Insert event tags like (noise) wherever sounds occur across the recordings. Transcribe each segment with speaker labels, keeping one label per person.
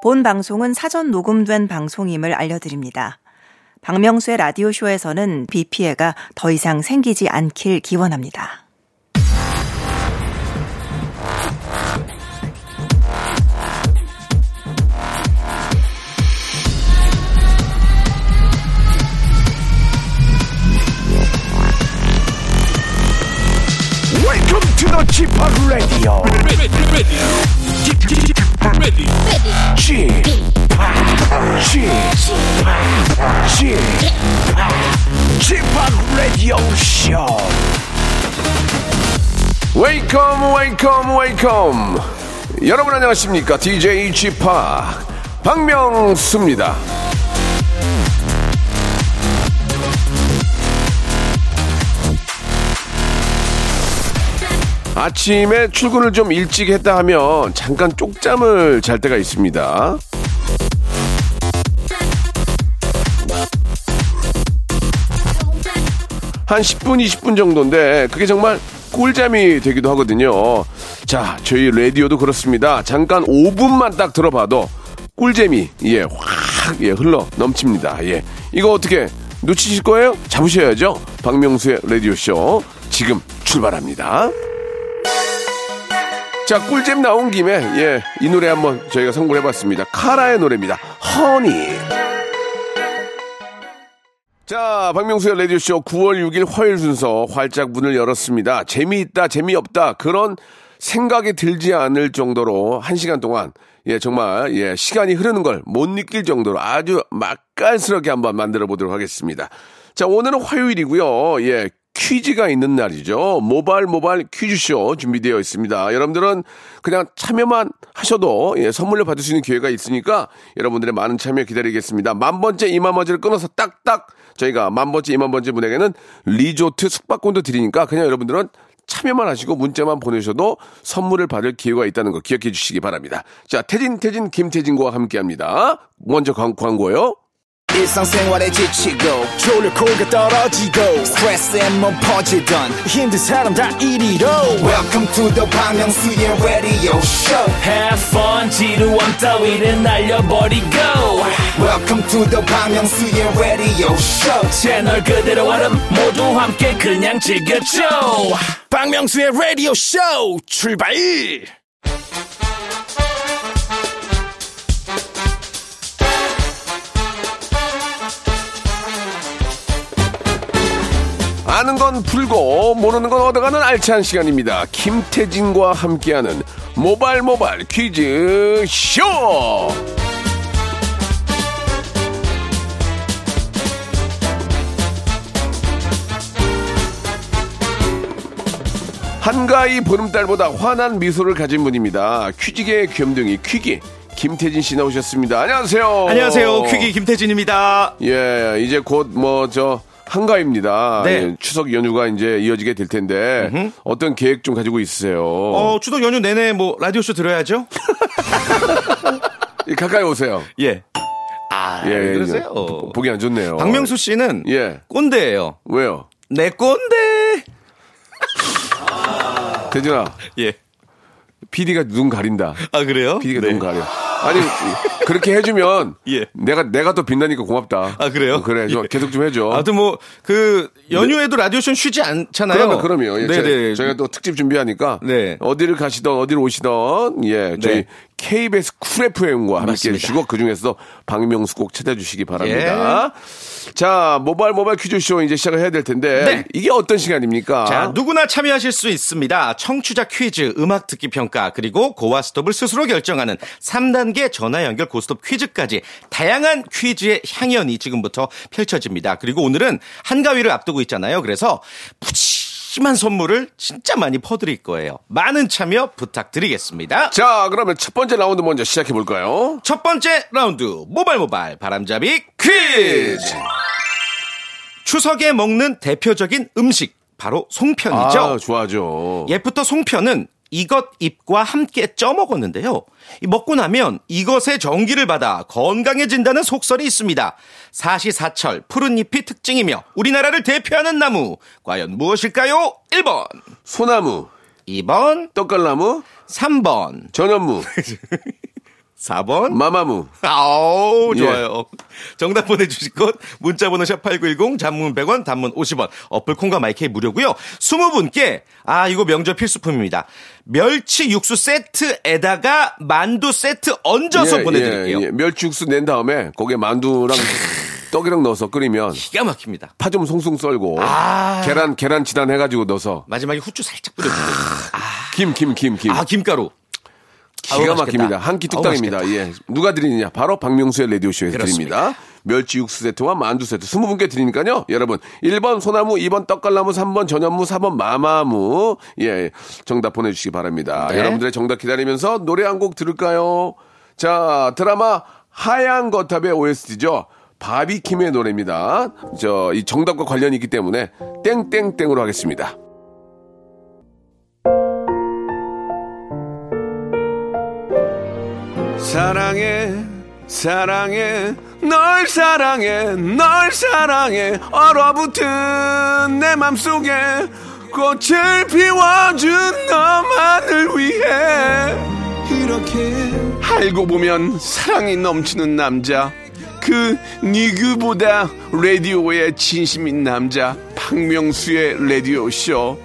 Speaker 1: 본 방송은 사전 녹음된 방송임을 알려드립니다. 박명수의 라디오쇼에서는 비 피해가 더 이상 생기지 않길 기원합니다.
Speaker 2: Welcome to the Chip Radio.
Speaker 3: ready, ready, ready, ready.
Speaker 2: Chip, Chip, Chip, Chip Radio Show.
Speaker 4: 웨이컴 웨이컴 웨이컴 여러분 안녕하십니까 DJ g 파 박명수입니다 아침에 출근을 좀 일찍 했다 하면 잠깐 쪽잠을 잘 때가 있습니다 한 10분, 20분 정도인데 그게 정말 꿀잠이 되기도 하거든요. 자, 저희 라디오도 그렇습니다. 잠깐 5분만 딱 들어봐도 꿀잼이 예, 확 예, 흘러 넘칩니다. 예. 이거 어떻게 놓치실 거예요? 잡으셔야죠. 박명수의 라디오 쇼 지금 출발합니다. 자, 꿀잼 나온 김에 예, 이 노래 한번 저희가 선곡해 봤습니다. 카라의 노래입니다. 허니. 자, 박명수의 라디오쇼 9월 6일 화요일 순서 활짝 문을 열었습니다. 재미있다, 재미없다, 그런 생각이 들지 않을 정도로 한시간 동안, 예, 정말, 예, 시간이 흐르는 걸 못 느낄 정도로 아주 맛깔스럽게 한번 만들어 보도록 하겠습니다. 자, 오늘은 화요일이고요. 예, 퀴즈가 있는 날이죠. 모발 모발 퀴즈쇼 준비되어 있습니다. 여러분들은 그냥 참여만 하셔도 예, 선물로 받을 수 있는 기회가 있으니까 여러분들의 많은 참여 기다리겠습니다. 만 번째 이만 번째를 끊어서 딱딱 저희가 만 번째 이만 번째 분에게는 리조트 숙박권도 드리니까 그냥 여러분들은 참여만 하시고 문자만 보내셔도 선물을 받을 기회가 있다는 거 기억해 주시기 바랍니다. 자, 태진 태진 김태진과 함께합니다. 먼저 광- 광고요.
Speaker 5: 일상생활에 지치고, 졸려 코가 떨어지고, 스트레스에 몸 퍼지던, 힘든 사람 다 이리로. welcome to the Bang Myung-soo's radio show
Speaker 3: Have fun, 지루함 따위를 날려버리고
Speaker 5: welcome to the Bang Myung-soo's radio show
Speaker 3: 채널 그대로 얼음 모두 함께 그냥 즐겨줘
Speaker 2: 박명수의 라디오 쇼 출발.
Speaker 4: 아는 건 풀고 모르는 건 얻어가는 알찬 시간입니다. 김태진과 함께하는 모발 모발 퀴즈 쇼. 한가히 보름달보다 환한 미소를 가진 분입니다. 퀴즈계의 귀염둥이 퀴기 김태진 씨 나오셨습니다.
Speaker 6: 어.
Speaker 4: 안녕하세요.
Speaker 6: 안녕하세요. 퀴기 김태진입니다.
Speaker 4: 예, 이제 곧 뭐 저 한가입니다.
Speaker 6: 네.
Speaker 4: 예, 추석 연휴가 이제 이어지게 될 텐데 어떤 계획 좀 가지고 있으세요?
Speaker 6: 어, 추석 연휴 내내 뭐 라디오쇼 들어야죠?
Speaker 4: 예, 가까이 오세요.
Speaker 6: 예. 아,
Speaker 4: 예,
Speaker 6: 왜
Speaker 4: 예,
Speaker 6: 그러세요?
Speaker 4: 보- 보기 안 좋네요.
Speaker 6: 박명수 씨는
Speaker 4: 예.
Speaker 6: 꼰대예요.
Speaker 4: 왜요?
Speaker 6: 내 꼰대.
Speaker 4: 대진아,
Speaker 6: 예.
Speaker 4: PD가 눈 가린다.
Speaker 6: 아, 그래요?
Speaker 4: PD가
Speaker 6: 네.
Speaker 4: 눈 가려. 아니 그렇게 해주면
Speaker 6: (laughs) 예.
Speaker 4: 내가 내가 더 빛나니까 고맙다. 어,
Speaker 6: 아, 그래요?
Speaker 4: 그래, 좀
Speaker 6: (laughs) 예.
Speaker 4: 계속 좀 해줘.
Speaker 6: 아무튼 뭐 그 연휴에도 라디오쇼는 쉬지 않잖아요.
Speaker 4: 그러면 그럼요. 예,
Speaker 6: 네, 네.
Speaker 4: 저, 희가또 특집 준비하니까
Speaker 6: 네.
Speaker 4: 어디를 가시던 어디를 오시던 예 저희
Speaker 6: 네.
Speaker 4: KBS 쿨 FM과 함께
Speaker 6: 맞습니다.
Speaker 4: 해주시고 그 중에서 박명수 꼭 찾아주시기 바랍니다. 자 모발 모발 퀴즈 쇼 이제 시작을 해야 될 텐데
Speaker 6: 예. 네.
Speaker 4: 이게 어떤 시간입니까?
Speaker 6: 자, 누구나 참여하실 수 있습니다. 청취자 퀴즈, 음악 듣기 평가, 그리고 고와 스톱을 스스로 결정하는 3단계 전화 연결 고스톱 퀴즈까지 다양한 퀴즈의 향연이 지금부터 펼쳐집니다. 그리고 오늘은 한가위를 앞두고 있잖아요. 그래서 푸짐한 선물을 진짜 많이 퍼드릴 거예요. 많은 참여 부탁드리겠습니다.
Speaker 4: 자, 그러면 첫 번째 라운드 먼저 시작해 볼까요?
Speaker 6: 첫 번째 라운드 모발모발 바람잡이
Speaker 4: 네.
Speaker 6: 퀴즈 추석에 먹는 대표적인 음식 바로 송편이죠.
Speaker 4: 아, 좋아하죠.
Speaker 6: 옛부터 송편은 이것 잎과 함께 쪄 먹었는데요. 이 먹고 나면 이것의 정기를 받아 건강해진다는 속설이 있습니다. 사시사철 푸른 잎이 특징이며 우리나라를 대표하는 나무 과연 무엇일까요? 1번,
Speaker 4: 소나무,
Speaker 6: 2번,
Speaker 4: 떡갈나무,
Speaker 6: (laughs) 3번,
Speaker 4: 전현무,
Speaker 6: 4번.
Speaker 4: 마마무. 예.
Speaker 6: 아우 좋아요. 정답 보내주실 곳 문자번호 샵 8910 단문 100원 단문 50원 어플 콩과 마이케이 무료고요. 20분께 아 이거 명절 필수품입니다. 멸치 육수 세트에다가 만두 세트 얹어서
Speaker 4: 예,
Speaker 6: 보내드릴게요.
Speaker 4: 예, 예. 멸치 육수 낸 다음에 거기에 만두랑 떡이랑 넣어서 끓이면
Speaker 6: 기가 막힙니다.
Speaker 4: 파 좀 송송 썰고
Speaker 6: 아.
Speaker 4: 계란 계란 지단 해가지고 넣어서
Speaker 6: 마지막에 후추 살짝
Speaker 4: 아,
Speaker 6: 뿌려주세요.
Speaker 4: 김 김 김 김
Speaker 6: 아 김가루.
Speaker 4: 기가
Speaker 6: 아우,
Speaker 4: 막힙니다.
Speaker 6: 맛있겠다.
Speaker 4: 한 끼
Speaker 6: 아우,
Speaker 4: 뚝딱입니다. 예, 누가 드리느냐? 바로 박명수의 라디오 쇼에서
Speaker 6: 그렇습니다.
Speaker 4: 드립니다. 멸치 육수 세트와 만두 세트 20분께 드리니까요. 여러분 1번 소나무, 2번 떡갈나무, 3번 전현무, 4번 마마무 예 정답 보내주시기 바랍니다.
Speaker 6: 네.
Speaker 4: 여러분들의 정답 기다리면서 노래 한 곡 들을까요? 자 드라마 하얀 거탑의 OST죠. 바비킴의 노래입니다. 저 이 정답과 관련이 있기 때문에 땡땡땡으로 하겠습니다. 사랑해 사랑해 널 사랑해 널 사랑해 얼어붙은 내 맘속에 꽃을 피워준 너만을 위해 이렇게 알고 보면 사랑이 넘치는 남자 그 니그보다 라디오에 진심인 남자 박명수의 라디오 쇼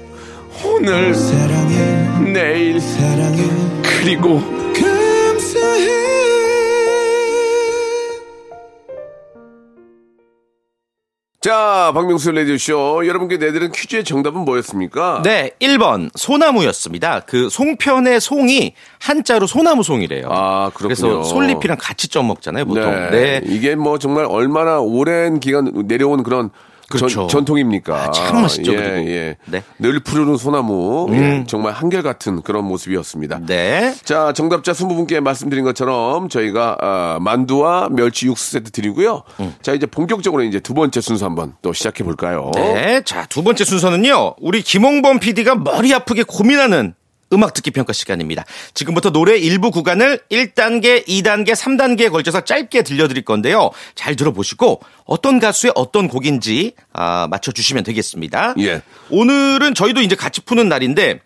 Speaker 4: 오늘 사랑해 내일 사랑해 그리고 자, 박명수 레디쇼 여러분께 내드린 퀴즈의 정답은 뭐였습니까?
Speaker 6: 네, 1번 소나무였습니다. 그 송편의 송이 한자로 소나무 송이래요.
Speaker 4: 아, 그렇군요.
Speaker 6: 그래서 솔잎이랑 같이 쪄 먹잖아요, 보통.
Speaker 4: 네.
Speaker 6: 네.
Speaker 4: 이게 뭐 정말 얼마나 오랜 기간 내려온 그런
Speaker 6: 그렇죠.
Speaker 4: 전, 통입니까
Speaker 6: 아, 참 맛있죠,
Speaker 4: 예,
Speaker 6: 그리고.
Speaker 4: 예.
Speaker 6: 네. 음.
Speaker 4: 늘 푸르른 소나무. 예, 정말 한결같은 그런 모습이었습니다.
Speaker 6: 네.
Speaker 4: 자, 정답자 20분께 말씀드린 것처럼 저희가 아, 만두와 멸치 육수 세트 드리고요.
Speaker 6: 음.
Speaker 4: 자, 이제 본격적으로 이제 두 번째 순서 한번 또 시작해 볼까요?
Speaker 6: 네. 자, 두 번째 순서는요. 우리 김홍범 PD가 머리 아프게 고민하는 음악 듣기 평가 시간입니다. 지금부터 노래 일부 구간을 1단계, 2단계, 3단계에 걸쳐서 짧게 들려드릴 건데요. 잘 들어보시고 어떤 가수의 어떤 곡인지 아, 맞춰주시면 되겠습니다.
Speaker 4: 예.
Speaker 6: 오늘은 저희도 이제 같이 푸는 날인데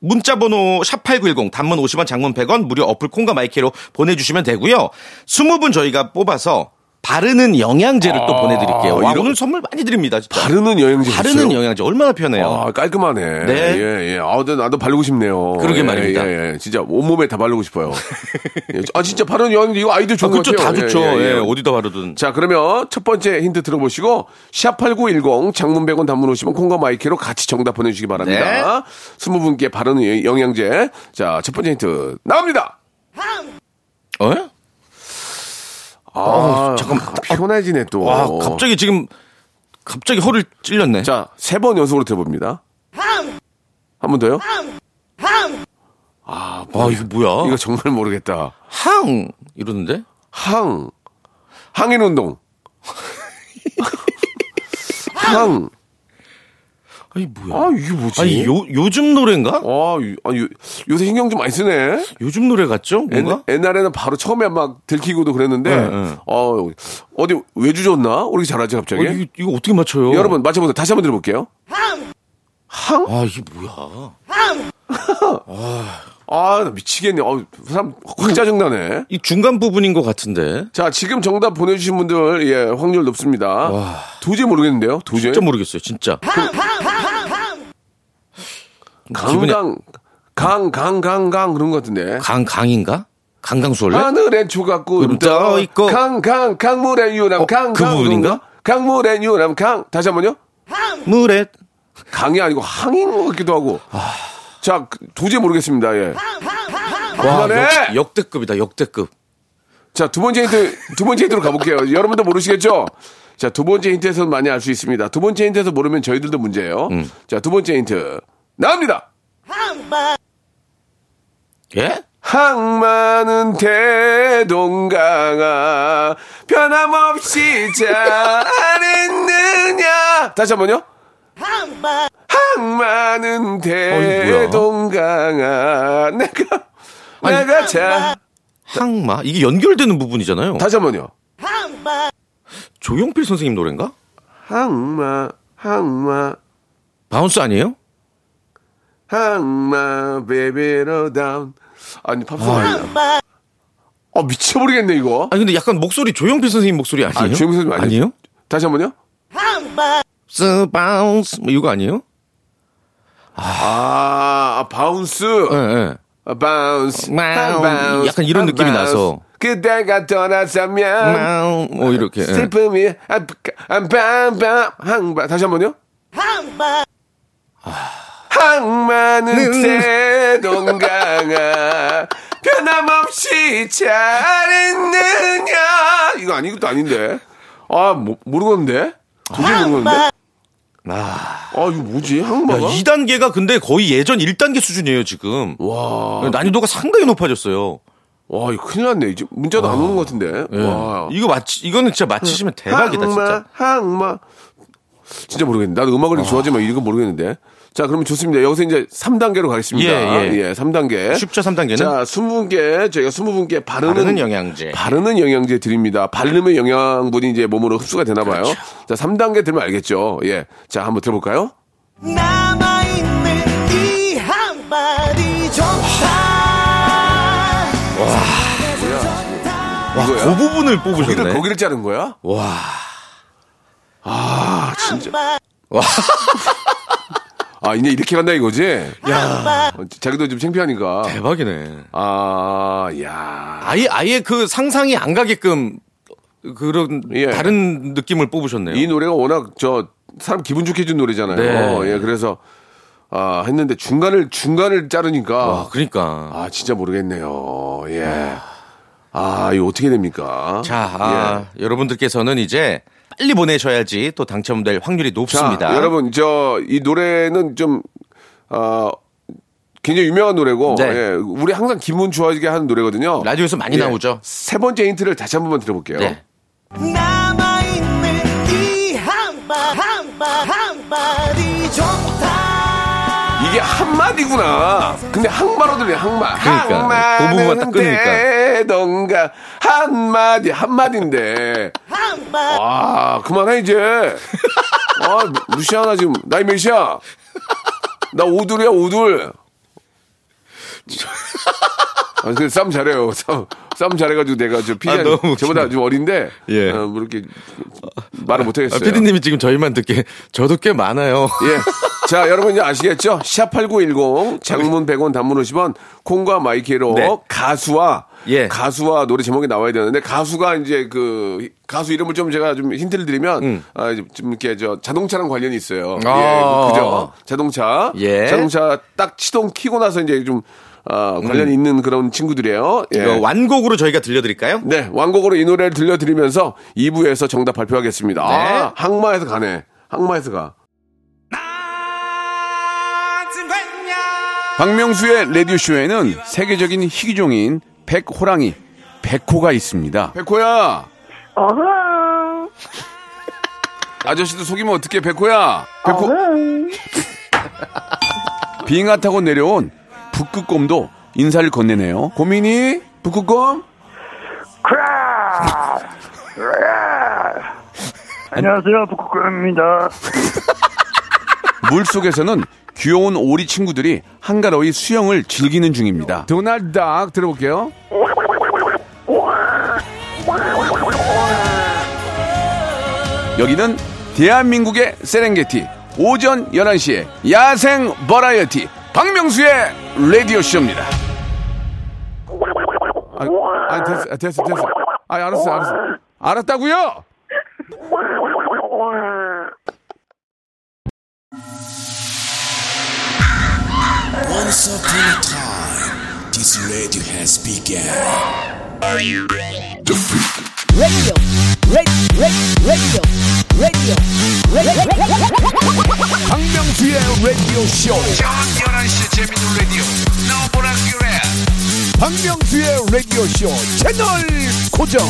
Speaker 6: 문자 번호 샵8910 단문 50원 장문 100원 무료 어플 콩과 마이케로 보내주시면 되고요. 20분 저희가 뽑아서 바르는 영양제를 또 보내드릴게요. 와,
Speaker 4: 아, 이런-
Speaker 6: 오늘 선물 많이 드립니다. 진짜.
Speaker 4: 바르는 여행지
Speaker 6: 바르는
Speaker 4: 있어요?
Speaker 6: 영양제 얼마나 편해요.
Speaker 4: 그렇죠. 아, 깔끔하네.
Speaker 6: 네.
Speaker 4: 예, 예. 아, 나- 나도 바르고 싶네요.
Speaker 6: 그러게
Speaker 4: 예,
Speaker 6: 말입니다.
Speaker 4: 예, 예. 진짜 온몸에 다 바르고
Speaker 6: (laughs)
Speaker 4: 싶어요. 예. 아, 진짜 바르는 여행지 이거 아이디어 좋은
Speaker 6: 아, 그쵸,
Speaker 4: 것 같아요.
Speaker 6: 다 좋죠.
Speaker 4: 예, 예, 예.
Speaker 6: 어디다 바르든.
Speaker 4: 자, 그러면 첫 번째 힌트 들어보시고 샵8910 장문 100원 단문 50원 콩과 마이키로 같이 정답 보내 주시기
Speaker 6: 네.
Speaker 4: 바랍니다. 20분께 바르는 여- 영양제. 자, 첫 번째 힌트 나옵니다.
Speaker 6: 어?
Speaker 4: 아, 잠깐 피곤해지네 또.
Speaker 6: 와, 아, 갑자기 지금 갑자기 허를 찔렸네.
Speaker 4: 어. 자, 세 번 연속으로 들어봅니다. 한 번 더요?
Speaker 6: 와, 이거 뭐야?
Speaker 4: 이거 정말 모르겠다.
Speaker 6: 항 이러는데?
Speaker 4: 항 항인 운동 항.
Speaker 6: 아니 뭐야?
Speaker 4: 아 이게 뭐지?
Speaker 6: 아니 요 요즘 노래인가?
Speaker 4: 아, 유- 아, 유- 요새 신경 좀 많이 쓰네.
Speaker 6: 요즘 노래 같죠? 뭔가? 어,
Speaker 4: 옛- 옛날에는 바로 처음에 막 들키고도 그랬는데
Speaker 6: 네, 네.
Speaker 4: 어 어디 외주 줬나? 우리 잘하지
Speaker 6: 어,
Speaker 4: 갑자기?
Speaker 6: 이거, 이거 어떻게 맞춰요?
Speaker 4: 여러분 맞춰보세요. 다시 한번 들어볼게요.
Speaker 6: 아 이게 뭐야?
Speaker 4: 아, 나 미치겠네. 어, 사람 확 짜증나네.
Speaker 6: 이 중간 부분인 것 같은데.
Speaker 4: 자, 지금 정답 보내주신 분들 예 확률 높습니다. 도저히 모르겠는데요. 도저히.
Speaker 6: 진짜 모르겠어요, 진짜. 기분이
Speaker 4: 강강 강강 강 강 그런 것 같은데.
Speaker 6: 강 강인가? 강강수월래?
Speaker 4: 하늘엔 조각구름 떠 있고
Speaker 6: 있고.
Speaker 4: 강강 강물의 유람
Speaker 6: 어,
Speaker 4: 강강
Speaker 6: 그 부분인가?
Speaker 4: 강물의 유람 강 다시 한번요 네.
Speaker 6: 물에
Speaker 4: 강이 아니고 항인 것 같기도 하고
Speaker 6: 아.
Speaker 4: 자 그, 도저히 모르겠습니다 예.
Speaker 6: 와,
Speaker 4: 그만해!
Speaker 6: 역, 역대급이다, 역대급.
Speaker 4: 예자 두 번째 힌트 두 번째 힌트로 가볼게요 (laughs) 여러분도 모르시겠죠 자 두 번째 힌트에서 많이 알 수 있습니다 두 번째 힌트에서 모르면 저희들도 문제예요
Speaker 6: 음.
Speaker 4: 자 두 번째 힌트 나옵니다
Speaker 6: 예?
Speaker 4: 항만은 대동강아 변함없이 잘 있느냐 (laughs) 다시 한번요
Speaker 6: 어,
Speaker 4: 항만은 대동강아 (laughs) 내가 내가 잘
Speaker 6: 항마 이게 연결되는 부분이잖아요.
Speaker 4: 다시 한번요
Speaker 6: 조용필 선생님 노래인가?
Speaker 4: 항마 항마
Speaker 6: 바운스 아니에요? 아,
Speaker 4: 항마 베베로 다운 아니 팝송 아니다 아, 미쳐버리겠네, 이거.
Speaker 6: 아니 근데 약간 목소리 조영필 선생님 목소리 아니에요?
Speaker 4: 아, 조용필 선생님 아니에요?
Speaker 6: 아니에요?
Speaker 4: 다시 한 번요?
Speaker 6: 스바운스 뭐 이거 아니에요?
Speaker 4: 아, 아, 바운스.
Speaker 6: 예, 예.
Speaker 4: 아, 바운스.
Speaker 6: 바운스. 약간 이런 느낌이 나서.
Speaker 4: 그대가 떠나자면.
Speaker 6: 마운 뭐 이렇게. 예.
Speaker 4: 슬픔이, 아, 아, 빵빵, 항바. 다시 한 번요? 아. 항마는
Speaker 6: 음. (laughs)
Speaker 4: 대동강아 변함없이 잘했느냐 이거 아니 것도 아닌데 아 모, 모르겠는데 도저히 모르겠는데 아 이거 뭐지
Speaker 6: 아. 야,
Speaker 4: 항마가
Speaker 6: 아, 2단계가 근데 거의 예전 1단계 수준이에요, 지금.
Speaker 4: 와,
Speaker 6: 난이도가 상당히 높아졌어요.
Speaker 4: 와 이거 큰일 났네 이제 문자도 안 오는 것 같은데
Speaker 6: 예.
Speaker 4: 와
Speaker 6: 이거 맞 이거는 진짜 맞히시면 대박이다, 진짜.
Speaker 4: 항마 진짜 모르겠는데 나도 음악을 이렇게 좋아하지만 이건 모르겠는데 자 그러면 좋습니다 여기서 이제 3단계로 가겠습니다
Speaker 6: 예, 예.
Speaker 4: 3단계
Speaker 6: 쉽죠, 3단계는?
Speaker 4: 자, 20개 저희가 20분께 바르는,
Speaker 6: 바르는 영양제.
Speaker 4: 바르는 영양제 드립니다. 바르면 영양분이 이제 몸으로 흡수가 되나 봐요.
Speaker 6: 그렇죠.
Speaker 4: 자, 3단계 들면 알겠죠. 예. 자, 한번 들어볼까요?
Speaker 7: 남아있는 이 한마디 좋다
Speaker 6: 와,
Speaker 4: 이거야?
Speaker 6: 그 부분을
Speaker 4: 거기를
Speaker 6: 뽑으셨네.
Speaker 4: 거기를 자른 거야?
Speaker 6: 와.
Speaker 4: (laughs) 아, 이제 이렇게 간다 이거지? 야. 자기도 좀 창피하니까.
Speaker 6: 대박이네.
Speaker 4: 아, 야.
Speaker 6: 아예 아예 그 상상이 안 가게끔 그런
Speaker 4: 예.
Speaker 6: 다른 느낌을 뽑으셨네요.
Speaker 4: 이 노래가 워낙 저 사람 기분 좋게 해준 노래잖아요.
Speaker 6: 네.
Speaker 4: 예, 그래서 아, 했는데 중간을 중간을 자르니까
Speaker 6: 와, 그러니까.
Speaker 4: 아, 진짜 모르겠네요. 예. 아, 이거 어떻게 됩니까? 예.
Speaker 6: 자, 아, 여러분들께서는 이제 빨리 보내셔야지 또 당첨될 확률이 높습니다.
Speaker 4: 자, 여러분, 저 이 노래는 좀 어, 굉장히 유명한 노래고
Speaker 6: 네.
Speaker 4: 예, 우리 항상 기분 좋아지게 하는 노래거든요.
Speaker 6: 라디오에서 많이
Speaker 4: 예,
Speaker 6: 나오죠.
Speaker 4: 세 번째 힌트를 다시 한 번만 들어볼게요.
Speaker 6: 네.
Speaker 7: 남아있는 이 한마 한마 한마디 좋다
Speaker 4: 이게 한 마디구나. 근데 항마로 들려 항마.
Speaker 6: 그러니까, 그 부분만 딱 끊으니까.
Speaker 4: 동가 한 마디 한 마디인데.
Speaker 7: 한마
Speaker 4: 아 그만해 이제. 아 루시아 나 지금 나이 몇이야? 나 오둘이야 오둘. 아, 근데 쌈 잘해요. 쌈, 쌈 잘해가지고 내가 저 피자
Speaker 6: 아, 너무 웃기네.
Speaker 4: 저보다 좀 어린데
Speaker 6: 예.
Speaker 4: 어, 뭐 이렇게 말을
Speaker 6: 아,
Speaker 4: 못하겠어요.
Speaker 6: 피디님이 지금 저희만 듣게 저도 꽤 많아요.
Speaker 4: 예. 자, 여러분 이제 아시겠죠? 샵8910 장문 100원 단문 50원 콩과 마이키로
Speaker 6: 네.
Speaker 4: 가수와
Speaker 6: 예.
Speaker 4: 가수와 노래 제목이 나와야 되는데 가수가 이제 그 가수 이름을 좀 제가 좀 힌트를 드리면 아, 좀 이렇게 저 자동차랑 관련이 있어요.
Speaker 6: 음. 아.
Speaker 4: 예. 그죠? 자동차.
Speaker 6: 예.
Speaker 4: 자동차 딱 시동 키고 나서 이제 좀 아, 관련이 있는 그런 친구들이에요. 예.
Speaker 6: 음. 이거 완곡으로 저희가 들려드릴까요?
Speaker 4: 네, 완곡으로 이 노래를 들려드리면서 2부에서 정답 발표하겠습니다.
Speaker 6: 네.
Speaker 4: 아, 항마에서 가네. 항마에서 가.
Speaker 8: 박명수의 라디오쇼에는 세계적인 희귀종인 백호랑이, 백호가 있습니다.
Speaker 4: 백호야!
Speaker 8: (laughs)
Speaker 9: 어흥,
Speaker 4: 아저씨도 속이면 어떻게 백호야?
Speaker 8: 백호,
Speaker 9: 어흥.
Speaker 8: (laughs) 빙하 타고 내려온 북극곰도 인사를 건네네요. 고민이? 북극곰?
Speaker 9: 안녕하세요, 북극입니다.
Speaker 8: 물 속에서는 귀여운 오리 친구들이 한가로이 수영을 즐기는 중입니다.
Speaker 4: 도날드 닥 들어볼게요.
Speaker 8: 여기는 대한민국의 세렝게티 오전 11시에 야생 버라이어티 박명수의 라디오쇼입니다.
Speaker 4: 아, 아 됐어, 아, 됐어, 됐어. 아, 알았어, 알았어. 알았다고요?
Speaker 2: Once upon a time, this radio has begun.
Speaker 8: 박명수의 라디오 쇼. 저녁 11시 재밌는 라디오. 너보라 그래. 박명수의 라디오 쇼 채널 고정.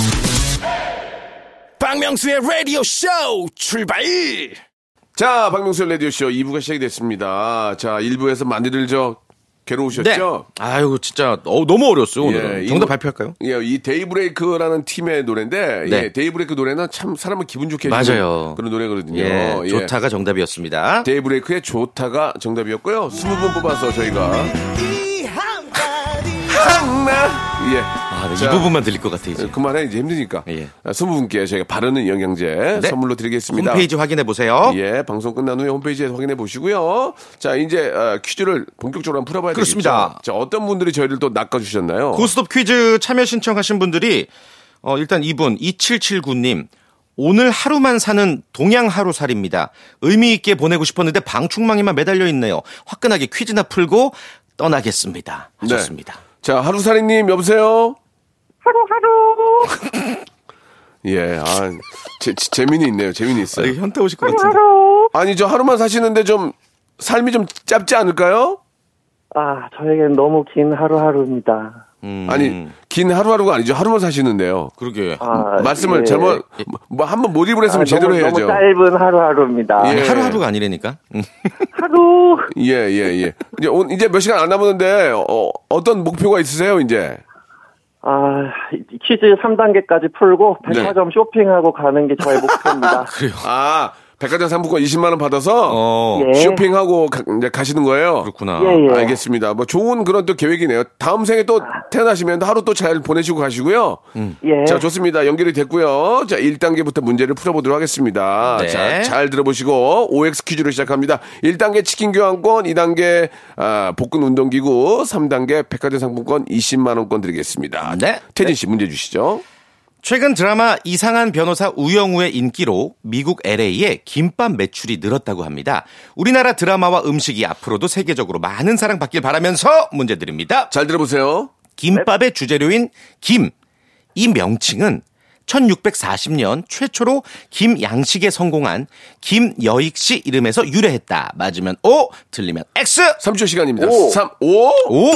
Speaker 2: 박명수의 radio show 출발!
Speaker 4: 자, 박명수 라디오쇼 2부가 시작이 됐습니다. 자, 1부에서 많이들 저 괴로우셨죠?
Speaker 6: 네. 아유 진짜 어, 노 어려웠어요 오늘.
Speaker 4: 예,
Speaker 6: 은
Speaker 4: 이
Speaker 6: 정답
Speaker 4: 노-
Speaker 6: 발표할까요?
Speaker 4: 예, 이 데이브레이크라는 팀의 노래인데,
Speaker 6: 네.
Speaker 4: 예, 데이브레이크 노래는 참 사람을 기분 좋게
Speaker 6: 맞아요.
Speaker 4: 해주는 그런 노래거든요.
Speaker 6: 예,
Speaker 4: 예.
Speaker 6: 좋다가 정답이었습니다.
Speaker 4: 데이브레이크의 좋다가 정답이었고요. 20분 뽑아서 저희가
Speaker 7: 이 한마디
Speaker 4: 항마 예
Speaker 6: 아, 이
Speaker 4: 자. 네,
Speaker 6: 부분만 들릴 것 같아, 이제.
Speaker 4: 그만해 이제 힘드니까.
Speaker 6: 예.
Speaker 4: 아, 스무 분께 저희가 바르는 영양제
Speaker 6: 네.
Speaker 4: 선물로 드리겠습니다.
Speaker 6: 홈페이지 확인해 보세요.
Speaker 4: 예, 방송 끝난 후에 홈페이지에서 확인해 보시고요. 자, 이제 어, 퀴즈를 본격적으로 한번 풀어봐야
Speaker 6: 그렇습니다.
Speaker 4: 되겠죠. 자, 어떤 분들이 저희를 또 낚아주셨나요?
Speaker 6: 고스톱 퀴즈 참여 신청하신 분들이 어, 일단 이분 2779님 오늘 하루만 사는 동양 하루살입니다. 의미 있게 보내고 싶었는데 방충망에만 매달려 있네요. 화끈하게 퀴즈나 풀고 떠나겠습니다.
Speaker 4: 네.
Speaker 6: 하셨습니다.
Speaker 4: 자, 하루살이님 여보세요.
Speaker 9: 하루하루
Speaker 4: (laughs) 예, 아, 재, 재- 재민이 있네요. 재민이
Speaker 6: 아,
Speaker 4: 있어요.
Speaker 6: 이거 현타 오실 것 같은데.
Speaker 9: 하루
Speaker 4: 아니 저 하루만 사시는데 좀 삶이 좀 짧지 않을까요?
Speaker 9: 아 저에겐 너무 긴 하루하루입니다
Speaker 6: 음,
Speaker 4: 아니 긴 하루하루가 아니죠. 하루만 사시는데요.
Speaker 6: 그러게.
Speaker 9: 아,
Speaker 4: 말씀을
Speaker 9: 예.
Speaker 4: 잘못 뭐 한번 몰입을
Speaker 9: 아,
Speaker 4: 했으면 제대로
Speaker 9: 너무,
Speaker 4: 해야죠.
Speaker 9: 너무 짧은 하루하루입니다
Speaker 4: 예.
Speaker 6: 하루하루가 아니라니까. 음.
Speaker 9: 하루
Speaker 4: 예, 예, 예. 이제 온- 이제 몇 시간 안 남았는데 어, 어떤 목표가 있으세요, 이제?
Speaker 9: 아 이- 퀴즈 3단계까지 풀고 백화점 쇼핑하고 가는 게 저의 목표입니다
Speaker 4: 네. (laughs) 아, 백화점 상품권 20만 원 받아서
Speaker 6: 어,
Speaker 9: 예.
Speaker 4: 쇼핑하고 가, 이제 가시는 거예요.
Speaker 6: 그렇구나.
Speaker 9: 예, 예.
Speaker 4: 알겠습니다. 뭐 좋은 그런 또 계획이네요. 다음 생에 또 태어나시면 하루 또 잘 보내시고 가시고요.
Speaker 6: 음.
Speaker 9: 예.
Speaker 4: 자, 좋습니다. 연결이 됐고요. 자, 1단계부터 문제를 풀어보도록 하겠습니다.
Speaker 6: 네.
Speaker 4: 자, 잘 들어보시고 OX 퀴즈로 시작합니다. 1단계 치킨 교환권, 2단계 아, 복근 운동기구, 3단계 백화점 상품권 20만 원권 드리겠습니다.
Speaker 6: 네.
Speaker 4: 태진 씨 문제 주시죠.
Speaker 6: 최근 드라마 이상한 변호사 우영우의 인기로 미국 LA의 김밥 매출이 늘었다고 합니다. 우리나라 드라마와 음식이 앞으로도 세계적으로 많은 사랑받길 바라면서 문제 드립니다.
Speaker 4: 잘 들어보세요.
Speaker 6: 김밥의 주재료인 김. 이 명칭은 1640년 최초로 김 양식에 성공한 김여익 씨 이름에서 유래했다. 맞으면 O, 틀리면 X.
Speaker 4: 3초 시간입니다.
Speaker 9: 오.
Speaker 4: 3, 5.
Speaker 6: O.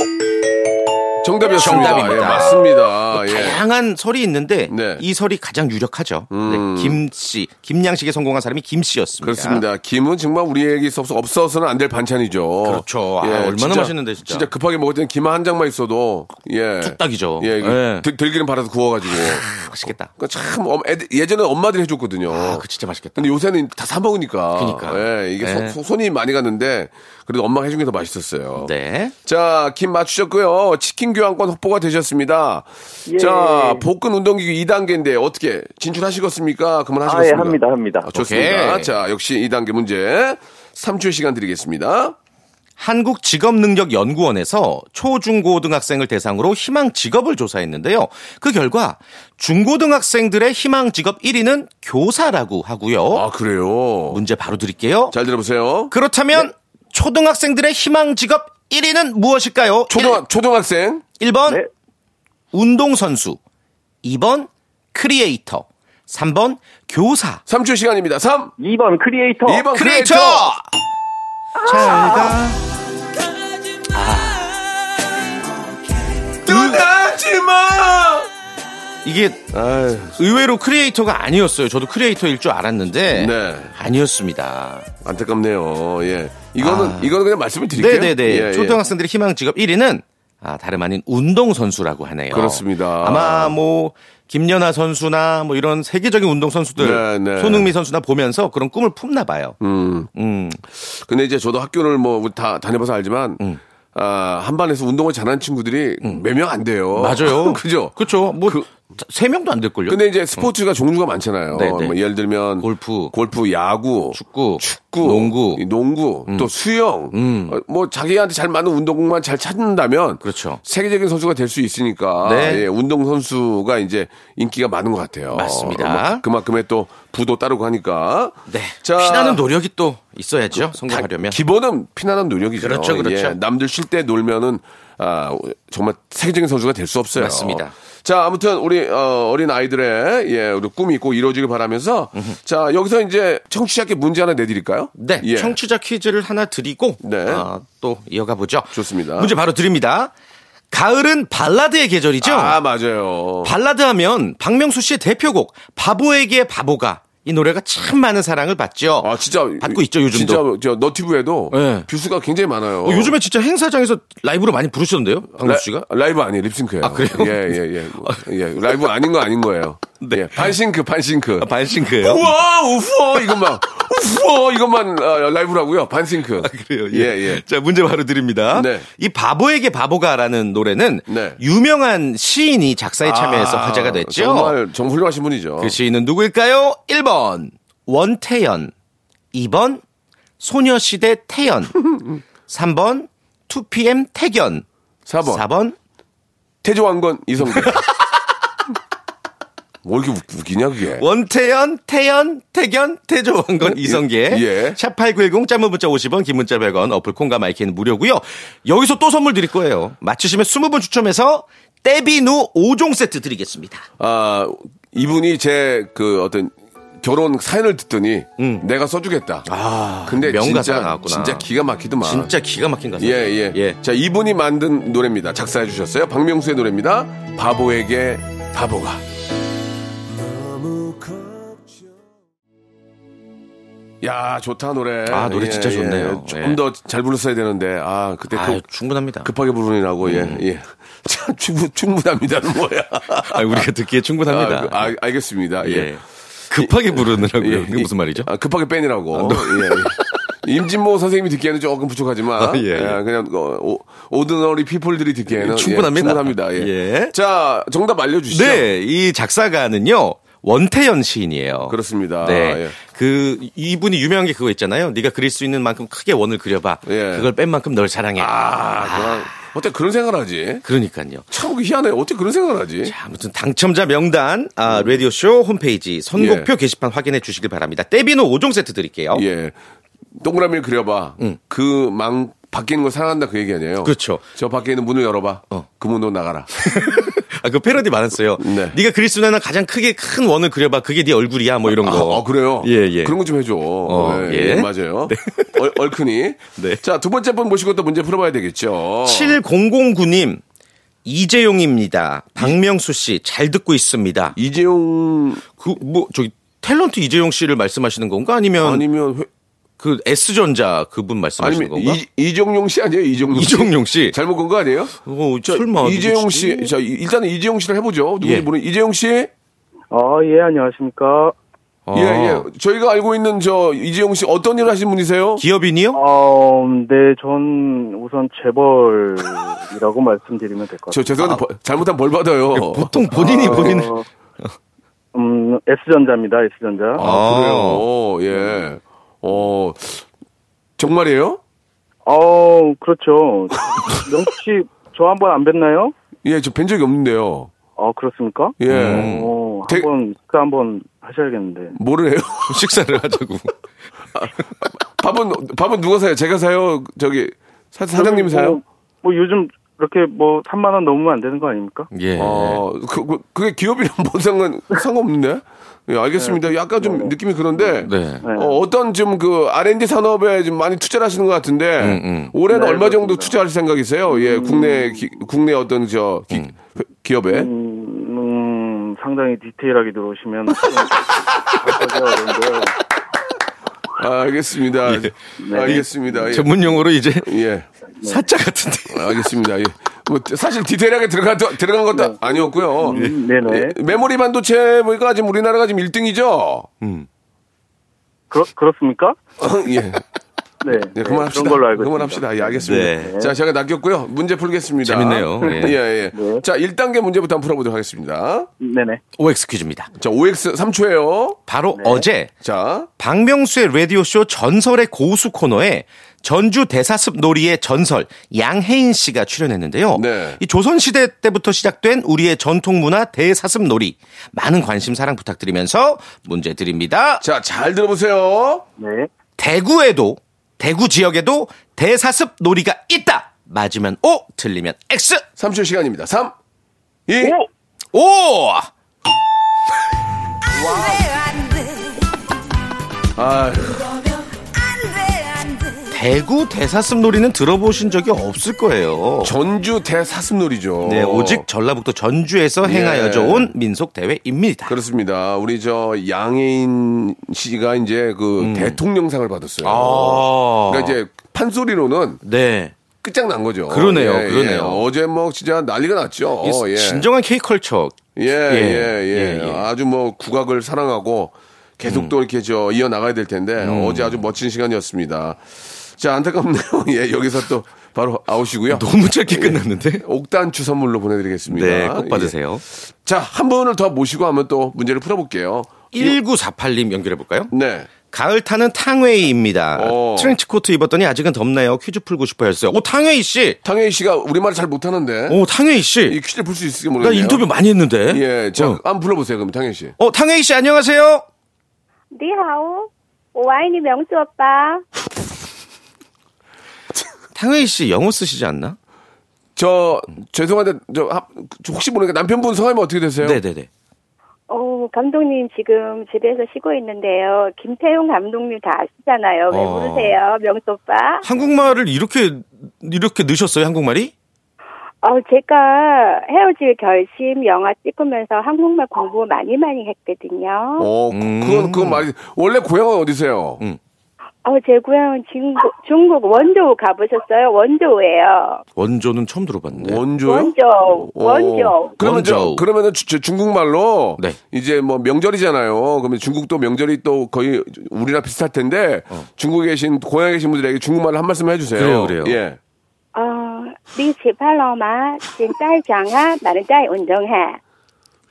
Speaker 4: 정답이었습니다.
Speaker 6: 정답입니다. 뭐
Speaker 4: 예, 맞습니다. 예.
Speaker 6: 다양한 설이 있는데
Speaker 4: 네. 음.
Speaker 6: 이 설이 가장 유력하죠. 네, 김씨, 김양식에 성공한 사람이 김씨였습니다.
Speaker 4: 그렇습니다. 김은 정말 우리에게 없어, 없어서는 안 될 반찬이죠. 예,
Speaker 6: 그렇죠. 아, 얼마나 맛있는데, 진짜.
Speaker 4: 진짜 급하게 먹을 때는 김 한 장만 있어도 예.
Speaker 6: 뚝딱이죠.
Speaker 4: 예, 이거
Speaker 6: 예.
Speaker 4: 들, 들기름 발라서 구워가지고.
Speaker 6: 아, 맛있겠다.
Speaker 4: 그러니까 참 엄- 애들- 예전에 엄마들이 해줬거든요.
Speaker 6: 아, 그 진짜 맛있겠다.
Speaker 4: 근데 요새는 다 사 먹으니까.
Speaker 6: 그러니까.
Speaker 4: 예, 이게
Speaker 6: 예.
Speaker 4: 손- 손이 많이 갔는데 그래도 엄마가 해준 게 더 맛있었어요.
Speaker 6: 네.
Speaker 4: 자, 김 맞추셨고요. 치킨 교환권 확보가 되셨습니다.
Speaker 9: 예.
Speaker 4: 자, 복근 운동기구 2단계인데 어떻게 진출하시겠습니까?
Speaker 9: 아, 예,
Speaker 4: 그만하시겠습니까?
Speaker 9: 합니다, 합니다.
Speaker 4: 아, 좋습니다.
Speaker 6: 오케이.
Speaker 4: 자, 역시 2단계 문제. 3초의 시간 드리겠습니다.
Speaker 6: 한국직업능력연구원에서 초중고등학생을 대상으로 희망 직업을 조사했는데요. 그 결과 중고등학생들의 희망 직업 1위는 교사라고 하고요.
Speaker 4: 아, 그래요?
Speaker 6: 문제 바로 드릴게요.
Speaker 4: 잘 들어보세요.
Speaker 6: 어? 그렇다면 초등학생들의 희망 직업 1위는 무엇일까요?
Speaker 4: 초등, 초등학생.
Speaker 6: 1, 번
Speaker 9: 네.
Speaker 6: 운동선수, 2번 크리에이터, 3번 교사.
Speaker 4: 3초의 시간입니다. 3,
Speaker 9: 2번 뭐? 크리에이터
Speaker 4: 2번 아, 크리에이터.
Speaker 6: 크리에이터! 잘가
Speaker 4: 뜨지 마!
Speaker 6: 이게
Speaker 4: 아유,
Speaker 6: 의외로 크리에이터가 아니었어요. 저도 크리에이터일 줄 알았는데
Speaker 4: 네.
Speaker 6: 아니었습니다.
Speaker 4: 안타깝네요. 예. 이거는, 이거는 그냥 말씀을 드릴게요.
Speaker 6: 네네네.
Speaker 4: 예, 예.
Speaker 6: 초등학생들의 희망 직업 1위는 아, 다름 아닌 운동 선수라고 하네요.
Speaker 4: 그렇습니다.
Speaker 6: 아마 뭐 김연아 선수나 뭐 이런 세계적인 운동 선수들,
Speaker 4: 네, 네.
Speaker 6: 손흥민 선수나 보면서 그런 꿈을 품나 봐요.
Speaker 4: 음.
Speaker 6: 음.
Speaker 4: 근데 이제 저도 학교를 뭐 다 다녀봐서 알지만 아, 한 반에서 운동을 잘하는 친구들이 몇 명 안 돼요.
Speaker 6: 맞아요.
Speaker 4: 어. (laughs) 그죠?
Speaker 6: 그렇죠. 뭐, 세 명도 안 될걸요? 어.
Speaker 4: 근데 이제 스포츠가 종류가 많잖아요.
Speaker 6: 네, 네.
Speaker 4: 뭐 예를 들면
Speaker 6: 골프.
Speaker 4: 골프, 야구,
Speaker 6: 축구,
Speaker 4: 축구,
Speaker 6: 농구. 음.
Speaker 4: 이 농구, 또 수영. 어, 뭐 자기한테 잘 맞는 운동만 잘 찾는다면
Speaker 6: 그렇죠.
Speaker 4: 세계적인 선수가 될 수 있으니까
Speaker 6: 네.
Speaker 4: 예, 운동 선수가 이제 인기가 많은 것 같아요.
Speaker 6: 맞습니다.
Speaker 4: 어, 그만큼의 또 부도 따르고 하니까.
Speaker 6: 네. 피나는 노력이 또 있어야죠. 성공하려면.
Speaker 4: 그 기본은 피나는 노력이죠. 예,
Speaker 6: 그렇죠, 그렇죠.
Speaker 4: 남들 쉴 때 놀면은 아, 정말 세계적인 선수가 될 수 없어요.
Speaker 6: 맞습니다.
Speaker 4: 자, 아무튼 우리 어, 린 아이들의 예, 우리 꿈이 있고 이루어지길 바라면서 자, 여기서 이제 청취자께 문제 하나 내드릴까요?
Speaker 6: 네,
Speaker 4: 예.
Speaker 6: 청취자 퀴즈를 하나 드리고
Speaker 4: 네.
Speaker 6: 아, 또 이어가 보죠.
Speaker 4: 좋습니다.
Speaker 6: 문제 바로 드립니다. 가을은 발라드의 계절이죠.
Speaker 4: 아, 맞아요.
Speaker 6: 발라드 하면 박명수 씨의 대표곡 바보에게 바보가 이 노래가 참 많은 사랑을 받죠.
Speaker 4: 아, 진짜
Speaker 6: 받고 있죠, 요즘도.
Speaker 4: 진짜 어. 저 너티브에도
Speaker 6: 네.
Speaker 4: 뷰수가 굉장히 많아요.
Speaker 6: 어, 요즘에 진짜 행사장에서 라이브로 많이 부르시던데요, 박명수 씨가?
Speaker 4: 라, 이브 아니에요. 립싱크예요.
Speaker 6: 아, 그래요?
Speaker 4: 예, 예, 예. 예, 라이브 아닌 거 아닌 거예요.
Speaker 6: (laughs) 네. 아,
Speaker 4: 예, 반싱크, 반싱크.
Speaker 6: 반신크예요.
Speaker 4: 우와, 우와, 이거 막, 우와 이것만 어, 라이브라고요. 반싱크.
Speaker 6: 그래요. 예.
Speaker 4: 예, 예.
Speaker 6: 자, 문제 바로 드립니다.
Speaker 4: 네.
Speaker 6: 이 바보에게 바보가라는 노래는
Speaker 4: 네. 아,
Speaker 6: 유명한 시인이 작사에 참여해서 아, 화제가 됐죠.
Speaker 4: 정말 정말 훌륭하신 분이죠.
Speaker 6: 그 시인은 누구일까요? 1번 원태연, 2번 소녀시대
Speaker 4: (laughs)
Speaker 6: 태연, 3번 2PM 태견,
Speaker 4: 4번.
Speaker 6: 4번
Speaker 4: 태조왕건 이성계. (laughs) 뭐 이렇게 웃- 웃기냐 그게.
Speaker 6: 예. 원태연, 태연, 태견, 태조왕건
Speaker 4: 예,
Speaker 6: 이성계.
Speaker 4: 예.
Speaker 6: 샵8910 짧은 문자 50원, 긴 문자 100원, 어플 콩과 마이크는 무료고요. 여기서 또 선물 드릴 거예요. 맞추시면 20분 추첨해서 떼비누 5종 세트 드리겠습니다.
Speaker 4: 아 이분이 제 그 어떤 결혼 사연을 듣더니 내가 써주겠다.
Speaker 6: 음. 아,
Speaker 4: 근데
Speaker 6: 명가사가
Speaker 4: 진짜
Speaker 6: 나왔구나.
Speaker 4: 진짜 기가 막히더만.
Speaker 6: 진짜 기가 막힌 가사.
Speaker 4: 예예. 자 이분이 만든 노래입니다. 작사해 주셨어요. 박명수의 노래입니다. 바보에게 바보가. 야 좋다 노래.
Speaker 6: 아, 노래 진짜 좋네요.
Speaker 4: 조금
Speaker 6: 예.
Speaker 4: 더 잘 불렀어야 되는데 아 그때 또
Speaker 6: 아유, 음. 충분합니다.
Speaker 4: 급하게 부르느라고 예 (laughs) 예. 참 충분 충분합니다 뭐야.
Speaker 6: 아, 우리가 듣기에 충분합니다.
Speaker 4: 아, 아, 알겠습니다. 예.
Speaker 6: 예. 급하게 부르느라고요.
Speaker 4: 예,
Speaker 6: 이게 무슨 말이죠?
Speaker 4: 아, 급하게 뺀이라고. 예, 예. 임진모 선생님이 듣기에는 조금 부족하지만
Speaker 6: 아, 예.
Speaker 4: 예, 그냥 어, 오, 오드너리 피플들이 듣기에는 예,
Speaker 6: 충분합니다.
Speaker 4: 충분합니다. 예.
Speaker 6: 예.
Speaker 4: 자, 정답 알려주시죠.
Speaker 6: 네, 이 작사가는요. 원태연 시인이에요.
Speaker 4: 그렇습니다.
Speaker 6: 네.
Speaker 4: 예.
Speaker 6: 그 이분이 유명한 게 그거 있잖아요. 네가 그릴 수 있는 만큼 크게 원을 그려봐.
Speaker 4: 예.
Speaker 6: 그걸 뺀 만큼 널 사랑해.
Speaker 4: 아, 그냥 어떻게 그런 생각을 하지?
Speaker 6: 그러니까요.
Speaker 4: 참 희한해. 어떻게 그런 생각을 하지?
Speaker 6: 아무튼 당첨자 명단 아,
Speaker 4: 음.
Speaker 6: 라디오 쇼 홈페이지 선곡표 게시판 확인해 주시길 바랍니다. 떼비노 5종 세트 드릴게요.
Speaker 4: 예. 동그라미를 그려봐. 그 망 바뀌는 걸 사랑한다 그 얘기 아니에요?
Speaker 6: 그렇죠.
Speaker 4: 저 밖에 있는 문을 열어봐.
Speaker 6: 어.
Speaker 4: 그 문으로 나가라.
Speaker 6: (laughs) 아, 그 패러디 많았어요.
Speaker 4: 네.
Speaker 6: 네. 가 그릴 수 있는 가장 크게 큰 원을 그려봐. 그게 네 얼굴이야. 뭐 이런 거.
Speaker 4: 아, 아, 그래요?
Speaker 6: 예, 예.
Speaker 4: 그런 거 좀 해줘. 예,
Speaker 6: 예.
Speaker 4: 예, 맞아요. 얼, 얼큰이.
Speaker 6: (laughs) 네.
Speaker 4: 자, 두 번째 분 모시고 또 문제 풀어봐야 되겠죠.
Speaker 6: 7009님 이재용입니다. 박명수 씨 잘 듣고 있습니다.
Speaker 4: 이재용
Speaker 6: 그 뭐 저기 탤런트 이재용 씨를 말씀하시는 건가 아니면
Speaker 4: 아니면 회-
Speaker 6: 그 S전자 그분 말씀하시는
Speaker 4: 아니면
Speaker 6: 건가?
Speaker 4: 이, 이종용 씨 아니에요? 이종용 씨.
Speaker 6: 이종용 씨.
Speaker 4: 잘못 건 거 아니에요?
Speaker 6: 어,
Speaker 4: 저,
Speaker 6: 설마
Speaker 4: 이재용
Speaker 6: 누구시지?
Speaker 4: 씨. 자, 이- 일단은 이재용 씨를 해보죠. 누군지
Speaker 6: 예.
Speaker 4: 모르는 이재용 씨.
Speaker 9: 아, 예, 안녕하십니까.
Speaker 6: 아.
Speaker 4: 예, 예. 저희가 알고 있는 저 이재용 씨 어떤 일을 하시는 분이세요?
Speaker 6: 기업인이요?
Speaker 9: 어, 네, 전 우선 재벌이라고 (laughs) 말씀드리면 될 것
Speaker 4: 저
Speaker 9: 같아요.
Speaker 4: 죄송한데 벌- 잘못하면 벌 받아요.
Speaker 6: 보통 본인이 본인
Speaker 9: 어, 음, S전자입니다, S전자.
Speaker 4: 아, (laughs)
Speaker 6: 아.
Speaker 4: 그래요. 예. 어 정말이에요?
Speaker 9: 어, 그렇죠. 명씨, 저 한 번 안 뵀나요?
Speaker 4: 예, 저 뵌 적이 없는데요.
Speaker 9: 아, 그렇습니까?
Speaker 4: 예.
Speaker 9: 어,
Speaker 4: 되게-
Speaker 9: 한번, 그 한번 하셔야겠는데.
Speaker 4: 뭐를 해요?
Speaker 6: (laughs) 식사를 하자고.
Speaker 4: 밥은 밥은 누가 사요? 제가 사요. 저기 사, 사장님이
Speaker 9: 뭐,
Speaker 4: 사요?
Speaker 9: 뭐 요즘 이렇게 뭐 3만 원 넘으면 안 되는 거 아닙니까?
Speaker 6: (laughs) 예.
Speaker 4: 어, 그, 그, 그게 기업이랑 뭔 상관 상관없는데? 예, 알겠습니다. 약간 좀 느낌이 그런데
Speaker 6: 네.
Speaker 4: 어, 어떤 좀 그 R&D 산업에 좀 많이 투자를 하시는 것 같은데
Speaker 6: 음.
Speaker 4: 올해는
Speaker 9: 네,
Speaker 4: 얼마 정도
Speaker 9: 그렇습니다.
Speaker 4: 투자할 생각이세요? 예, 국내 기, 국내 어떤 저 기,
Speaker 6: 음.
Speaker 4: 업에
Speaker 9: 음, 상당히
Speaker 4: (laughs)
Speaker 9: 디테일하게 들어오시면. 좀 바꿔줘야 되는데요.
Speaker 4: 아, 알겠습니다. 알겠습니다. 예.
Speaker 6: 예. 전문 용어로 이제
Speaker 4: 예.
Speaker 6: 사자 (laughs) 같은데.
Speaker 4: 알겠습니다. 예. 뭐 사실 디테일하게 들어가 들어간 것도 아니었고요.
Speaker 9: 네. 음, 네네.
Speaker 4: 예, 메모리 반도체 보니까 지금 우리나라가 지금 1등이죠.
Speaker 9: 음. 그렇, 그렇습니까?
Speaker 4: 예.
Speaker 9: 네.
Speaker 4: 네,
Speaker 9: 네,
Speaker 4: 그만합시다.
Speaker 9: 그런 걸로 알고 있습니다.
Speaker 4: 그만합시다. 예, 알겠습니다.
Speaker 6: 네.
Speaker 4: 자, 제가 낚였고요. 문제 풀겠습니다.
Speaker 6: 재밌네요.
Speaker 4: 예, 예.
Speaker 9: 네.
Speaker 4: 자, 1단계 문제부터 한번 풀어보도록 하겠습니다.
Speaker 9: 네네.
Speaker 6: OX 퀴즈입니다.
Speaker 4: 자, OX 3초예요.
Speaker 6: 바로 어제
Speaker 4: 자,
Speaker 6: 박명수의 라디오쇼 전설의 고수 코너에 전주 대사습 놀이의 전설 양혜인 씨가 출연했는데요.
Speaker 4: 네.
Speaker 6: 이 조선시대 때부터 시작된 우리의 전통문화 대사습 놀이 많은 관심 사랑 부탁드리면서 문제 드립니다.
Speaker 4: 자, 잘 들어보세요.
Speaker 9: 네.
Speaker 6: 대구에도 대구 지역에도 대사습 놀이가 있다. 맞으면 O, 틀리면 X.
Speaker 4: 3초 시간입니다. 3, 2,
Speaker 6: 오!
Speaker 4: 아휴.
Speaker 6: 대구 대사습 놀이는 들어보신 적이 없을 거예요.
Speaker 4: 전주 대사슴놀이죠.
Speaker 6: 네, 오직 전라북도 전주에서 행하여져
Speaker 4: 어. 예.
Speaker 6: 온 민속 대회입니다.
Speaker 4: 그렇습니다. 우리 저 양혜인 씨가 이제 그 대통령상을 받았어요.
Speaker 6: 음. 아.
Speaker 4: 그러니까 이제 판소리로는
Speaker 6: 네.
Speaker 4: 끝장난 거죠.
Speaker 6: 그러네요,
Speaker 4: 예,
Speaker 6: 그러네요.
Speaker 4: 예. 어제 뭐 진짜 난리가 났죠.
Speaker 6: 이
Speaker 4: 예.
Speaker 6: 진정한 K컬처.
Speaker 4: 예, 예, 예,
Speaker 6: 예, 음. 예.
Speaker 4: 아주 뭐 국악을 사랑하고 계속 또 이렇게 저 이어 나가야 될 텐데
Speaker 6: 음.
Speaker 4: 어제 아주 멋진 시간이었습니다. 자 안타깝네요. (laughs) 예 여기서 또 바로 아웃이고요.
Speaker 6: 너무
Speaker 4: 예.
Speaker 6: 짧게 끝났는데.
Speaker 4: 옥단추 선물로 보내드리겠습니다.
Speaker 6: 네, 꼭 받으세요.
Speaker 4: 예. 자한 분을 더 모시고 하면 또 문제를 풀어볼게요.
Speaker 6: 1948님 연결해 볼까요?
Speaker 4: 네.
Speaker 6: 가을 타는 탕웨이입니다.
Speaker 4: 어.
Speaker 6: 트렌치 코트 입었더니 아직은 덥네요. 퀴즈 풀고 싶어 했어요. 오 탕웨이 씨.
Speaker 4: 탕혜희 씨가 우리말을 잘 못하는데
Speaker 6: 오 탕웨이
Speaker 4: 이
Speaker 6: 씨.
Speaker 4: 퀴즈 풀 수 있을지
Speaker 6: 나
Speaker 4: 모르겠네요.
Speaker 6: 인터뷰 많이 했는데.
Speaker 4: 예, 자
Speaker 6: 어.
Speaker 4: 한번 불러보세요 그럼 탕혜희 씨.
Speaker 6: 어 탕웨이 씨 안녕하세요.
Speaker 10: 니하오. 오와이니 명수 오빠.
Speaker 6: 탕웨이 씨 영어 쓰시지 않나?
Speaker 4: 저 죄송한데 저 하- 혹시 모르니까 남편분 성함이 어떻게 되세요?
Speaker 6: 네, 네, 네.
Speaker 10: 오, 감독님 지금 집에서 쉬고 있는데요. 김태용 감독님 다 아시잖아요. 왜
Speaker 6: 어.
Speaker 10: 부르세요, 명수 오빠?
Speaker 6: 한국말을 이렇게 이렇게 넣으셨어요, 한국말이?
Speaker 10: 어, 제가 헤어질 결심 영화 찍으면서 한국말 공부 많이 많이 했거든요.
Speaker 4: 어,
Speaker 6: 음.
Speaker 4: 그건 그건 말이 원래 고향은 어디세요?
Speaker 10: 어, 제 고향은 중국, 중국 원조 가보셨어요? 원조예요.
Speaker 6: 원조는 처음 들어봤는데.
Speaker 4: 네. 원조요?
Speaker 10: 원조,
Speaker 4: 어.
Speaker 10: 원조.
Speaker 4: 그러면 저
Speaker 6: 원조.
Speaker 4: 그러면은 주- 저 중국말로
Speaker 6: 네.
Speaker 4: 이제 뭐 명절이잖아요. 그러면 중국도 명절이 또 거의 우리랑 비슷할 텐데 중국에 계신 고향에 계신 분들에게 중국말로 한 말씀 해주세요.
Speaker 6: 어. 그래요, 그래요.
Speaker 4: 예.
Speaker 10: 어, 리 지팔로마, 진딸 장아, 마른 딸 운동해.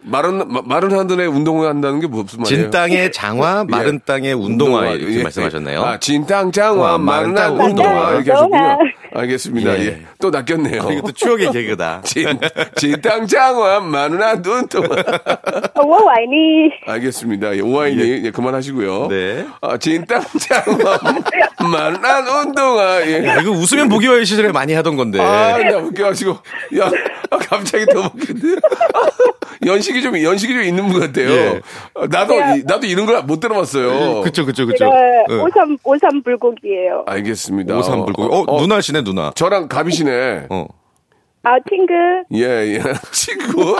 Speaker 4: 마른 마- 마른 하늘에 운동을 한다는 게 무슨 말이에요?
Speaker 6: 진 땅의 장화, 마른
Speaker 4: 예.
Speaker 6: 땅의 운동화
Speaker 4: 운동화,
Speaker 6: 이렇게
Speaker 4: 예.
Speaker 6: 말씀하셨네요.
Speaker 4: 아, 진땅 장화
Speaker 6: 아,
Speaker 4: 마른
Speaker 6: 마른
Speaker 4: 땅
Speaker 6: 땅
Speaker 4: 운동화
Speaker 10: 운동화.
Speaker 4: 이렇게 하셨군요.
Speaker 10: 운동화.
Speaker 4: 알겠습니다. 예.
Speaker 6: 예.
Speaker 4: 또 낚였네요.
Speaker 6: 이것도
Speaker 4: (laughs)
Speaker 6: 추억의 개그다.
Speaker 4: 진, 진땅 장화 마른 땅 운동화.
Speaker 10: 어, 오와이니.
Speaker 4: 알겠습니다. 예, 오하이니 예, 그만하시고요.
Speaker 6: 네.
Speaker 4: 아, 진땅 장화 마른 땅 운동화. 예.
Speaker 6: 야, 이거 웃으면 보기 와의 시절에 많이 하던 건데.
Speaker 4: 아, 나 웃겨가지고. 야, 아, 갑자기 더 웃긴데. 아, 연식이 좀, 연식이 좀 있는 분 같아요.
Speaker 6: 예.
Speaker 4: 아, 나도, 이- 나도 이런 걸 못 들어봤어요.
Speaker 6: 그쵸, 그쵸, 그쵸.
Speaker 10: 제가
Speaker 6: 응.
Speaker 10: 오삼, 오삼 불고기예요.
Speaker 4: 알겠습니다.
Speaker 6: 오삼불고. 어, 누나시네, 누나.
Speaker 4: 저랑 갑이시네.
Speaker 6: 어.
Speaker 10: 아, 친구.
Speaker 4: 예, (laughs) 예. 친구.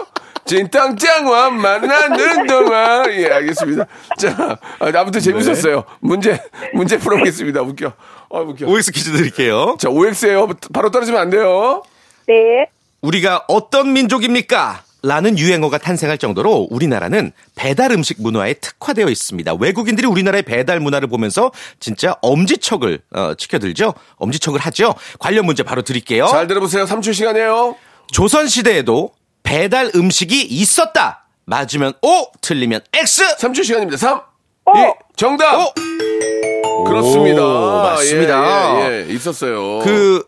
Speaker 4: 진땅짱과 만나는 동안. 예, 알겠습니다. 자, 아, 아무튼
Speaker 6: 네.
Speaker 4: 재밌었어요. 문제, 문제 풀어보겠습니다. 웃겨. 아, 웃겨.
Speaker 6: OX 퀴즈 드릴게요.
Speaker 4: 자, OX에요. 바로 떨어지면 안 돼요.
Speaker 10: 네.
Speaker 6: 우리가 어떤 민족입니까? 라는 유행어가 탄생할 정도로 우리나라는 배달 음식 문화에 특화되어 있습니다. 외국인들이 우리나라의 배달 문화를 보면서 진짜 엄지척을 어, 치켜들죠. 엄지척을 하죠. 관련 문제 바로 드릴게요.
Speaker 4: 잘 들어보세요. 3초 시간이에요.
Speaker 6: 조선 시대에도 배달 음식이 있었다. 맞으면 O, 틀리면 X.
Speaker 4: 3초 시간입니다. 3, 2, 정답! 그렇습니다.
Speaker 6: 어? 오, 맞습니다.
Speaker 4: 예, 예, 예. 있었어요.
Speaker 6: 그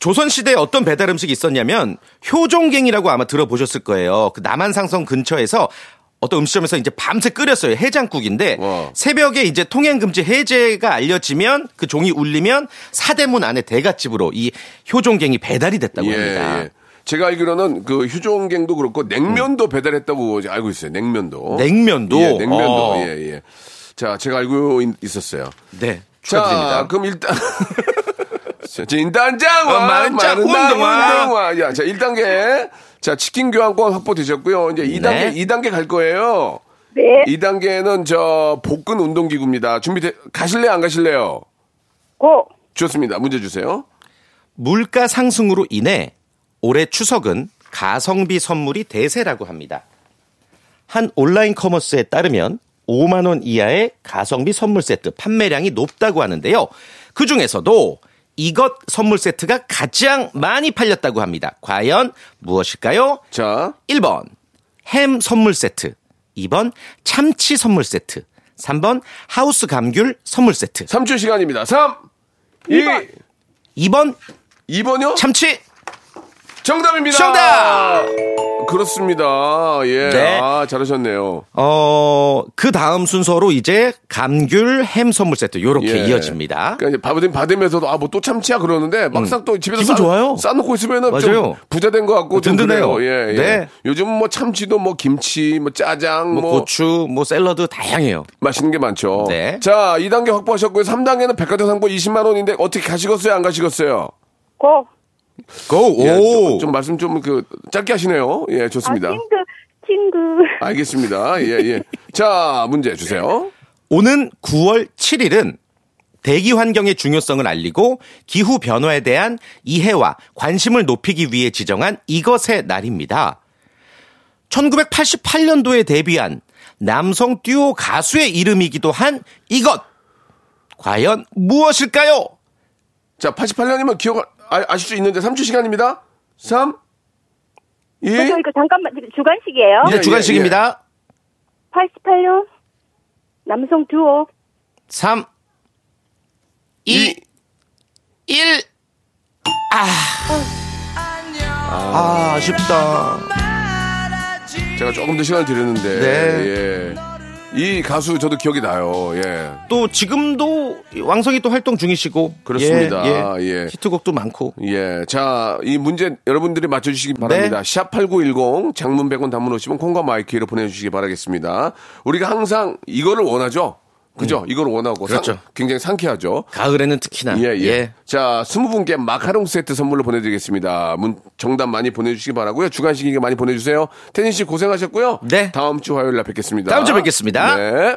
Speaker 6: 조선시대에 어떤 배달 음식이 있었냐면 효종갱이라고 아마 들어보셨을 거예요. 그 남한상성 근처에서 어떤 음식점에서 이제 밤새 끓였어요. 해장국인데
Speaker 4: 와.
Speaker 6: 새벽에 이제 통행금지 해제가 알려지면 그 종이 울리면 사대문 안에 대갓집으로 이 효종갱이 배달이 됐다고
Speaker 4: 예,
Speaker 6: 합니다.
Speaker 4: 예. 제가 알기로는 그 휴종갱도 그렇고 냉면도 배달했다고 알고 있어요. 냉면도.
Speaker 6: 음. 냉면도?
Speaker 4: 예, 냉면도.
Speaker 6: 어.
Speaker 4: 예, 예. 자, 제가 알고 있- 있었어요.
Speaker 6: 네.
Speaker 4: 자,
Speaker 6: 축하드립니다.
Speaker 4: 그럼 일단. (laughs) 진단장화,
Speaker 6: 어, 만장 운동화.
Speaker 4: 야, 자, 1단계. 자, 치킨 교환권 확보되셨고요. 이제 2단계,
Speaker 6: 네.
Speaker 4: 이 2단계 갈 거예요.
Speaker 10: 네.
Speaker 4: 2단계는 저 복근 운동기구입니다. 준비돼, 가실래요? 안 가실래요?
Speaker 10: 고.
Speaker 4: 좋습니다. 문제 주세요.
Speaker 6: 물가 상승으로 인해 올해 추석은 가성비 선물이 대세라고 합니다. 한 온라인 커머스에 따르면 5만 원 이하의 가성비 선물 세트 판매량이 높다고 하는데요. 그 중에서도 이것 선물 세트가 가장 많이 팔렸다고 합니다. 과연 무엇일까요?
Speaker 4: 자,
Speaker 6: 1번 햄 선물 세트, 2번 참치 선물 세트, 3번 하우스 감귤 선물 세트,
Speaker 4: 3초 시간입니다. 3, 2,
Speaker 6: 2번
Speaker 4: 2번요?
Speaker 6: 참치
Speaker 4: 정답입니다.
Speaker 6: 정답!
Speaker 4: 그렇습니다. 예.
Speaker 6: 네.
Speaker 4: 아, 잘하셨네요.
Speaker 6: 어, 그 다음 순서로 이제 감귤 햄 선물 세트 요렇게
Speaker 4: 예.
Speaker 6: 이어집니다. 음.
Speaker 4: 그러니까 이제 받으면 받으면서도 아 뭐 또 참치야 그러는데 막상 또 집에서
Speaker 6: 기분
Speaker 4: 싸,
Speaker 6: 좋아요.
Speaker 4: 싸놓고 있으면은 좀
Speaker 6: 맞아요. 뭐
Speaker 4: 부자 된 것 같고 좀
Speaker 6: 든든해요.
Speaker 4: 그래요. 예, 예.
Speaker 6: 네.
Speaker 4: 요즘 뭐 참치도 뭐 김치, 뭐 짜장, 뭐,
Speaker 6: 뭐, 고추, 뭐 샐러드 다양해요.
Speaker 4: 맛있는 게 많죠.
Speaker 6: 네.
Speaker 4: 자, 2단계 확보하셨고요. 3단계는 백화점 상품 20만 원인데 어떻게 가시겠어요? 안 가시겠어요?
Speaker 10: 고.
Speaker 6: 고!
Speaker 4: 예,
Speaker 6: 오!
Speaker 4: 좀, 좀 말씀 좀 그 짧게 하시네요. 예, 좋습니다.
Speaker 10: 아, 친구, 친구.
Speaker 4: 알겠습니다. 예, 예. 자, 문제 주세요.
Speaker 6: 오는 9월 7일은 대기 환경의 중요성을 알리고 기후 변화에 대한 이해와 관심을 높이기 위해 지정한 이것의 날입니다. 1988년도에 데뷔한 남성 듀오 가수의 이름이기도 한 이것. 과연 무엇일까요?
Speaker 4: 자, 88년이면 기억, 아, 아실 수 있는데, 3주 시간입니다. 3, 2,
Speaker 10: 그래서 이거 잠깐만 지금 주간식이에요.
Speaker 4: 예.
Speaker 6: 이제 주간식입니다.
Speaker 10: 88년 남성 듀오
Speaker 6: 3, 2, 1. 아. 아, 아쉽다.
Speaker 4: 제가 조금 더 시간을 드렸는데,
Speaker 6: 네.
Speaker 4: 예. 이 가수 저도 기억이 나요, 예.
Speaker 6: 또 지금도 왕성이 또 활동 중이시고
Speaker 4: 그렇습니다. 예.
Speaker 6: 히트곡도 많고
Speaker 4: 예. 자, 이 문제 여러분들이 맞춰주시기 바랍니다.
Speaker 6: 네.
Speaker 4: 샵8910 장문 100원 단문 오시면 콩과 마이키로 보내주시기 바라겠습니다. 우리가 항상 이거를 원하죠? 그죠? 이걸 원하고.
Speaker 6: 그렇죠.
Speaker 4: 상- 굉장히 상쾌하죠?
Speaker 6: 가을에는 특히나
Speaker 4: 예, 예. 자, 20분께 마카롱 세트 선물로 보내드리겠습니다. 문, 정답 많이 보내주시기 바라고요 주간식이게 많이 보내주세요. 태진 씨 고생하셨고요.
Speaker 6: 네.
Speaker 4: 다음 주 화요일 날 뵙겠습니다.
Speaker 6: 다음 주에 뵙겠습니다.
Speaker 4: 네.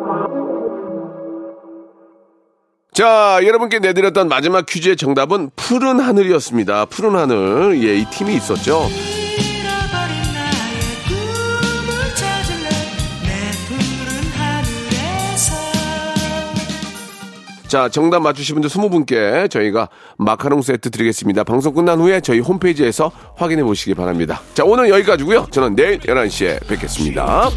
Speaker 4: 자, 여러분께 내드렸던 마지막 퀴즈의 정답은 푸른 하늘이었습니다. 푸른 하늘. 예, 이 팀이 있었죠. 자, 정답 맞추신 분들 20분께 저희가 마카롱 세트 드리겠습니다. 방송 끝난 후에 저희 홈페이지에서 확인해 보시기 바랍니다. 자, 오늘 여기까지고요. 저는 내일 11시에 뵙겠습니다.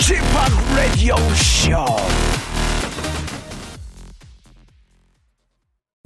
Speaker 8: 지팍 라디오 쇼